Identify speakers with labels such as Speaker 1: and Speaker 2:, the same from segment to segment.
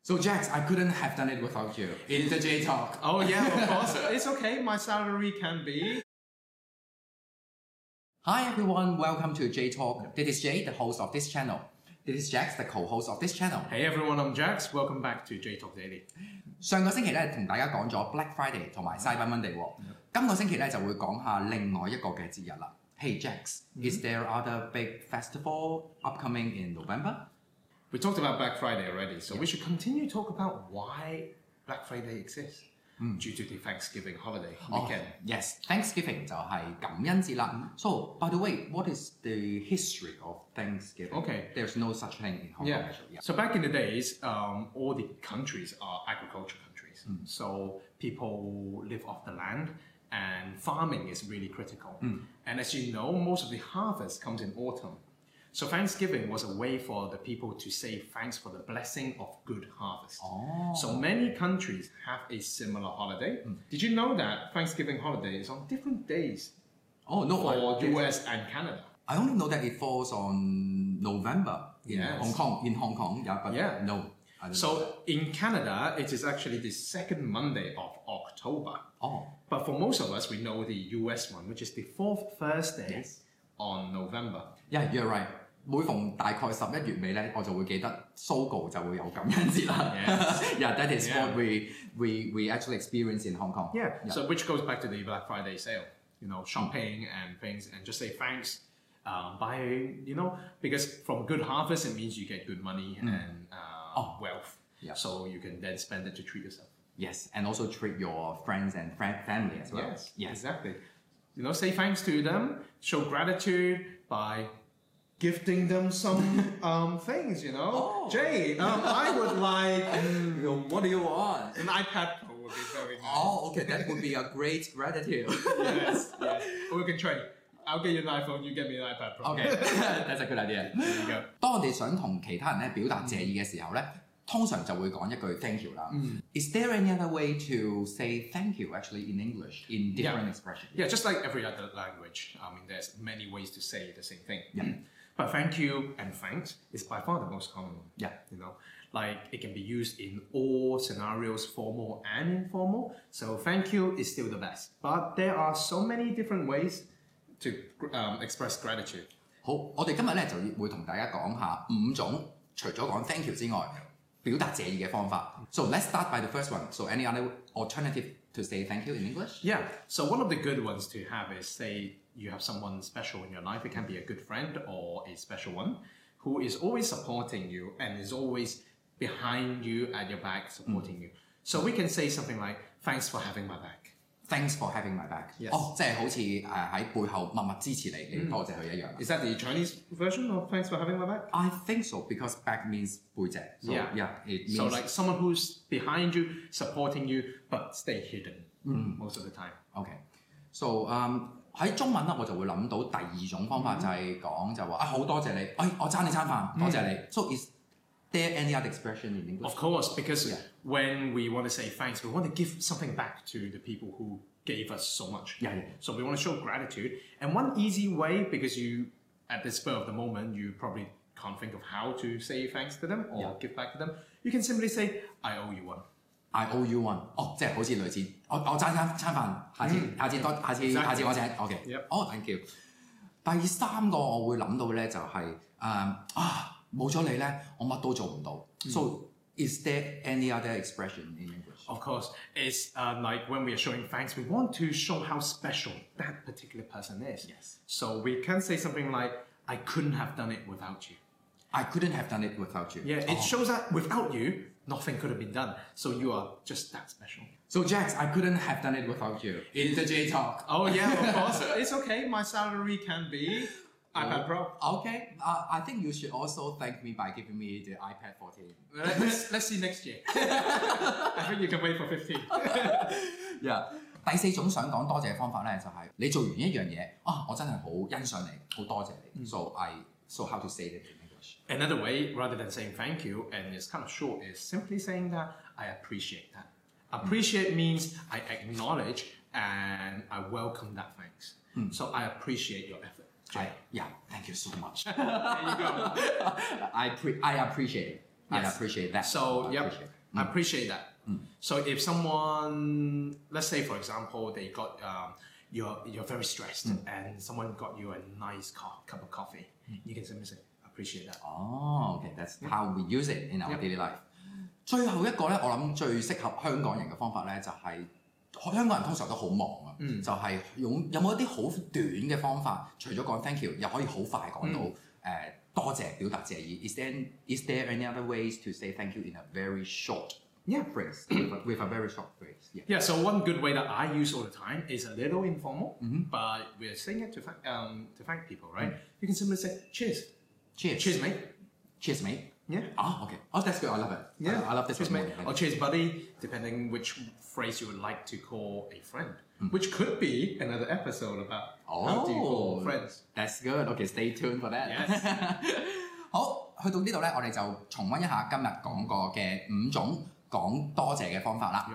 Speaker 1: So, Jax, I couldn't have done it without you in the J Talk.
Speaker 2: Oh yeah, of course. it's okay. My salary can be.
Speaker 1: Hi everyone, welcome to J Talk. This is Jay, the host of this channel. This is Jax, the co-host of this channel.
Speaker 2: Hey everyone, I'm Jax. Welcome back to J Talk Daily.
Speaker 1: 上個星期咧同大家講咗 Black Friday 同埋 Cyber Monday 喎，今個星期咧就會講下另外一個嘅節日啦。Hey Jax,
Speaker 2: Mm-hmm。
Speaker 1: is there other big festival upcoming in November?
Speaker 2: We talked about Black Friday already, so we should continue talk about why Black Friday exists due to the Thanksgiving holiday
Speaker 1: Oh,
Speaker 2: weekend.
Speaker 1: yes, Thanksgiving 就係感恩節
Speaker 2: Mm-hmm。
Speaker 1: 啦。So by the way, what is the history of Thanksgiving?
Speaker 2: Okay.
Speaker 1: there's no such thing in Hong Kong.
Speaker 2: Yeah.
Speaker 1: actually.
Speaker 2: So back in the days, um, all the countries are agriculture countries. So people live off the land, and farming is really critical. And as you know, most of the harvest comes in autumn. So Thanksgiving was a way for the people to say thanks for the blessing of good harvest. So many countries have a similar holiday. Did you know that Thanksgiving holiday is on different days
Speaker 1: Oh no, I-
Speaker 2: for US and Canada?
Speaker 1: I only know that it falls on November in
Speaker 2: Yes.
Speaker 1: Hong Kong. In Hong Kong, yeah, but
Speaker 2: Yeah.
Speaker 1: no. I don't know.
Speaker 2: So in Canada, it is actually the second Monday of October.
Speaker 1: oh,
Speaker 2: But for most of us, we know the US one, which is the fourth Thursday
Speaker 1: Yes.
Speaker 2: on November.
Speaker 1: yeah, you're right. 每逢大概十一月尾咧，我就會記得 Sogo 就會有感恩節啦。
Speaker 2: Yes.
Speaker 1: yeah, that is
Speaker 2: Yeah.
Speaker 1: what we we we actually experience in Hong Kong.
Speaker 2: So which goes back to the Black Friday sale, you know, shopping and things, and just say thanks, um, buying, you know, because from good harvest it means you get good money and uh,
Speaker 1: Mm. Oh.
Speaker 2: wealth.
Speaker 1: Yeah.
Speaker 2: So you can then spend it to treat yourself.
Speaker 1: Yes, and also treat your friends and friend family as well.
Speaker 2: Yes. Exactly. You know, say thanks to them, show gratitude by gifting them some um, things. You know,
Speaker 1: Oh.
Speaker 2: Jay, um, I would like
Speaker 1: What do you want?
Speaker 2: an iPad Pro would be very nice.
Speaker 1: Oh, okay, that would be a great gratitude.
Speaker 2: Yes, yes. We can trade. I'll get you an iPhone. You get me an iPad Pro.
Speaker 1: okay, that's a good idea.
Speaker 2: There you go.
Speaker 1: 當我哋想同其他人咧表達謝意嘅時候咧，通常就會講一句 thank you 啦。Is
Speaker 2: 嗯
Speaker 1: there any other way to say thank you actually in English in different
Speaker 2: Yeah.
Speaker 1: expression?
Speaker 2: Yeah, just like every other language. I mean, there's many ways to say the same thing.
Speaker 1: Yeah.
Speaker 2: But thank you and thanks is by far the most common one.
Speaker 1: Yeah.
Speaker 2: You know, like it can be used in all scenarios, formal and informal. So thank you is still the best. But there are so many different ways to um, express gratitude.
Speaker 1: 好，我哋今日咧就會同大家講下五種除咗講 thank you 之外，表達謝意嘅方法。So let's start by the first one. So any other alternative to say thank you in English?
Speaker 2: Yeah. So one of the good ones to have is say you have someone special in your life. It can be a good friend or a special one who is always supporting you and is always behind you at your back, supporting
Speaker 1: Mm.
Speaker 2: you. So we can say something like, "Thanks for having my back."
Speaker 1: Thanks for having my back.
Speaker 2: Yes. 嗯
Speaker 1: 哦，即係好似誒喺背後默默支持你，你多謝佢一樣。
Speaker 2: Is that the Chinese version of "Thanks for having my back"?
Speaker 1: I think so because back means 背脊。So,
Speaker 2: Yeah.
Speaker 1: yeah. It means
Speaker 2: So like someone who's behind you, supporting you, but stay hidden
Speaker 1: Mm.
Speaker 2: most of the time.
Speaker 1: OK，so、um, 喺中文咧，我就會諗到第二種
Speaker 2: 嗯
Speaker 1: 方法就係講就話啊好多謝你，哎我爭你餐飯，多謝你。So is there any other expression in English？
Speaker 2: Of course, because
Speaker 1: Yeah.
Speaker 2: when we want to say thanks, we want to give something back to the people who gave us so much.
Speaker 1: Yeah, yeah.
Speaker 2: So we want to show gratitude. And one easy way, because you, at the spur of the moment, you probably can't think of how to say thanks to them or
Speaker 1: Yeah.
Speaker 2: give back to them, you can simply say, I owe you one.
Speaker 1: I owe you one。哦，即係好似類似我我爭餐餐飯，下次、下次多下次
Speaker 2: 嗯 Exactly.
Speaker 1: 下次我請。OK，
Speaker 2: Yep.
Speaker 1: 哦、thank you。第三個我會諗到咧就係、誒、啊冇咗你咧，我乜都做唔到。So
Speaker 2: 嗯
Speaker 1: is there any other expression in English？
Speaker 2: Of course, it's uh, like when we are showing thanks, we want to show how special that particular person is.
Speaker 1: Yes.
Speaker 2: So we can say something like, I couldn't have done it without you.
Speaker 1: I couldn't have done it without you。哦
Speaker 2: Yeah, it shows that without you, nothing could have been done. So you are just that special.
Speaker 1: So Jax, I couldn't have done it without you. In the J Talk.
Speaker 2: Oh yeah, of course. it's okay. My salary can be iPad Pro.
Speaker 1: Okay, uh, I think you should also thank me by giving me the iPad 14.
Speaker 2: Let's, let's see next year. I think you can wait for fifteen.
Speaker 1: Yeah. 第四種想講多謝嘅方法咧，就係、你做完一樣嘢，啊，我真係好欣賞你，好多謝你。So I, so how to say it in English?
Speaker 2: Another way, rather than saying thank you, and it's kind of short, is simply saying that I appreciate that. Appreciate means I acknowledge and I welcome that thanks. So I appreciate your effort.
Speaker 1: I, yeah, thank you so much.
Speaker 2: There you go.
Speaker 1: I pre, I appreciate it. I
Speaker 2: Yes.
Speaker 1: appreciate that.
Speaker 2: So,
Speaker 1: I
Speaker 2: yep.
Speaker 1: appreciate it.
Speaker 2: I appreciate that. So if someone, let's say for example, they got um, you're you're very stressed, and someone got you a nice co- cup of coffee, you can simply say appreciate that.
Speaker 1: 哦，OK，that's、how we use it in our
Speaker 2: Yep.
Speaker 1: daily life。最後一個咧，我諗最適合香港人嘅方法咧，就係、香港人通常都好忙啊，
Speaker 2: 嗯
Speaker 1: 就係用有冇一啲好短嘅方法，除咗講 thank you，又可以好快講到誒、
Speaker 2: 嗯
Speaker 1: 多謝表達謝意。Is there is there any other ways to say thank you in a very short
Speaker 2: Yeah.
Speaker 1: phrase with a, with a very short phrase? Yeah.
Speaker 2: Yeah. So one good way that I use all the time is a little informal, but we're saying it to thank um, to thank people, right? You can simply say cheers,
Speaker 1: Cheers.
Speaker 2: cheers, mate.
Speaker 1: Cheers, mate.
Speaker 2: Yeah.
Speaker 1: Ah, okay. Oh, that's good. I love it.
Speaker 2: Yeah,
Speaker 1: I, I love this.
Speaker 2: Cheers,
Speaker 1: one
Speaker 2: mate.
Speaker 1: more.
Speaker 2: Or Oh, cheers, buddy, depending which phrase you would like to call a friend,
Speaker 1: Hmm.
Speaker 2: which could be another episode about how do you call
Speaker 1: Oh.
Speaker 2: friends.
Speaker 1: That's good. Okay, stay tuned for that.
Speaker 2: Yes.
Speaker 1: 好，去到呢度呢，我哋就重温一下今日講過嘅五種講多謝嘅方法啦。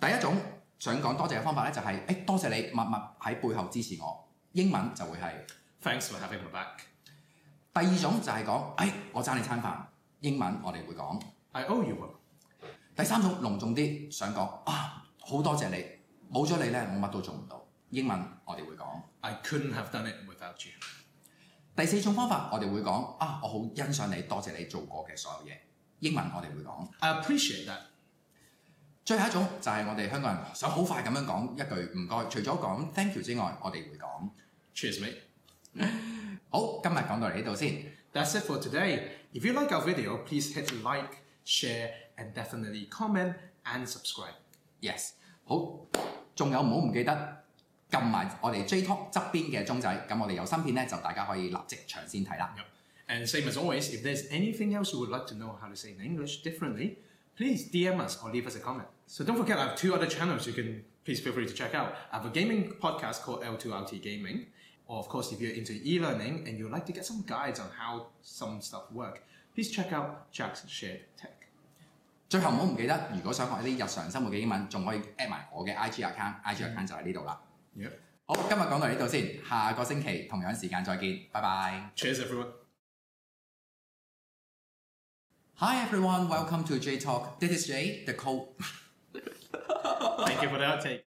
Speaker 1: 第一種想講多謝嘅方法呢，就係、誒、多謝你默默喺背後支持我，英文就會係。
Speaker 2: Thanks for having my back.
Speaker 1: 第二種就係講，誒、哎我爭你餐飯，英文我哋會講。
Speaker 2: I owe you one.
Speaker 1: 第三種隆重啲，想講啊，好多謝你，冇咗你呢，我乜都做唔到，英文我哋會講。
Speaker 2: I couldn't have done it without you.
Speaker 1: 第四種方法，我哋會講啊，我好欣賞你，多謝你做過嘅所有嘢。英文我哋會講。
Speaker 2: I appreciate that.
Speaker 1: 最後一種就係我哋香港人想好快咁樣講一句唔該，除咗講 thank you 之外，我哋會講。
Speaker 2: Cheers, mate.
Speaker 1: 好，今日講到嚟呢度先。
Speaker 2: That's it for today. If you like our video, please hit like, share, and definitely comment and subscribe.
Speaker 1: Yes，好，仲有唔好唔記得撳埋我哋 J Talk 側邊嘅鐘仔，咁我哋有新片呢，就大家可以立即搶先睇啦。
Speaker 2: Yep. And same as always, if there's anything else you would like to know how to say in English differently, please DM us or leave us a comment. So don't forget, I have two other channels you can please feel free to check out. I have a gaming podcast called L2LT Gaming. Or of course, if you're into e-learning and you'd like to get some guides on how some stuff work, please check out Jack's Shared Tech.
Speaker 1: 最後唔好唔記得，如果想學一啲日常生活嘅英文，仲可以 at 埋我嘅 IG account，IG account 就喺呢度啦。
Speaker 2: Yep.
Speaker 1: 好，今日講到嚟呢度先，下個星期同樣時間再見，拜拜。
Speaker 2: Cheers, everyone.
Speaker 1: Hi everyone, welcome to J Talk. This is Jay, the co
Speaker 2: Thank you for the outtake.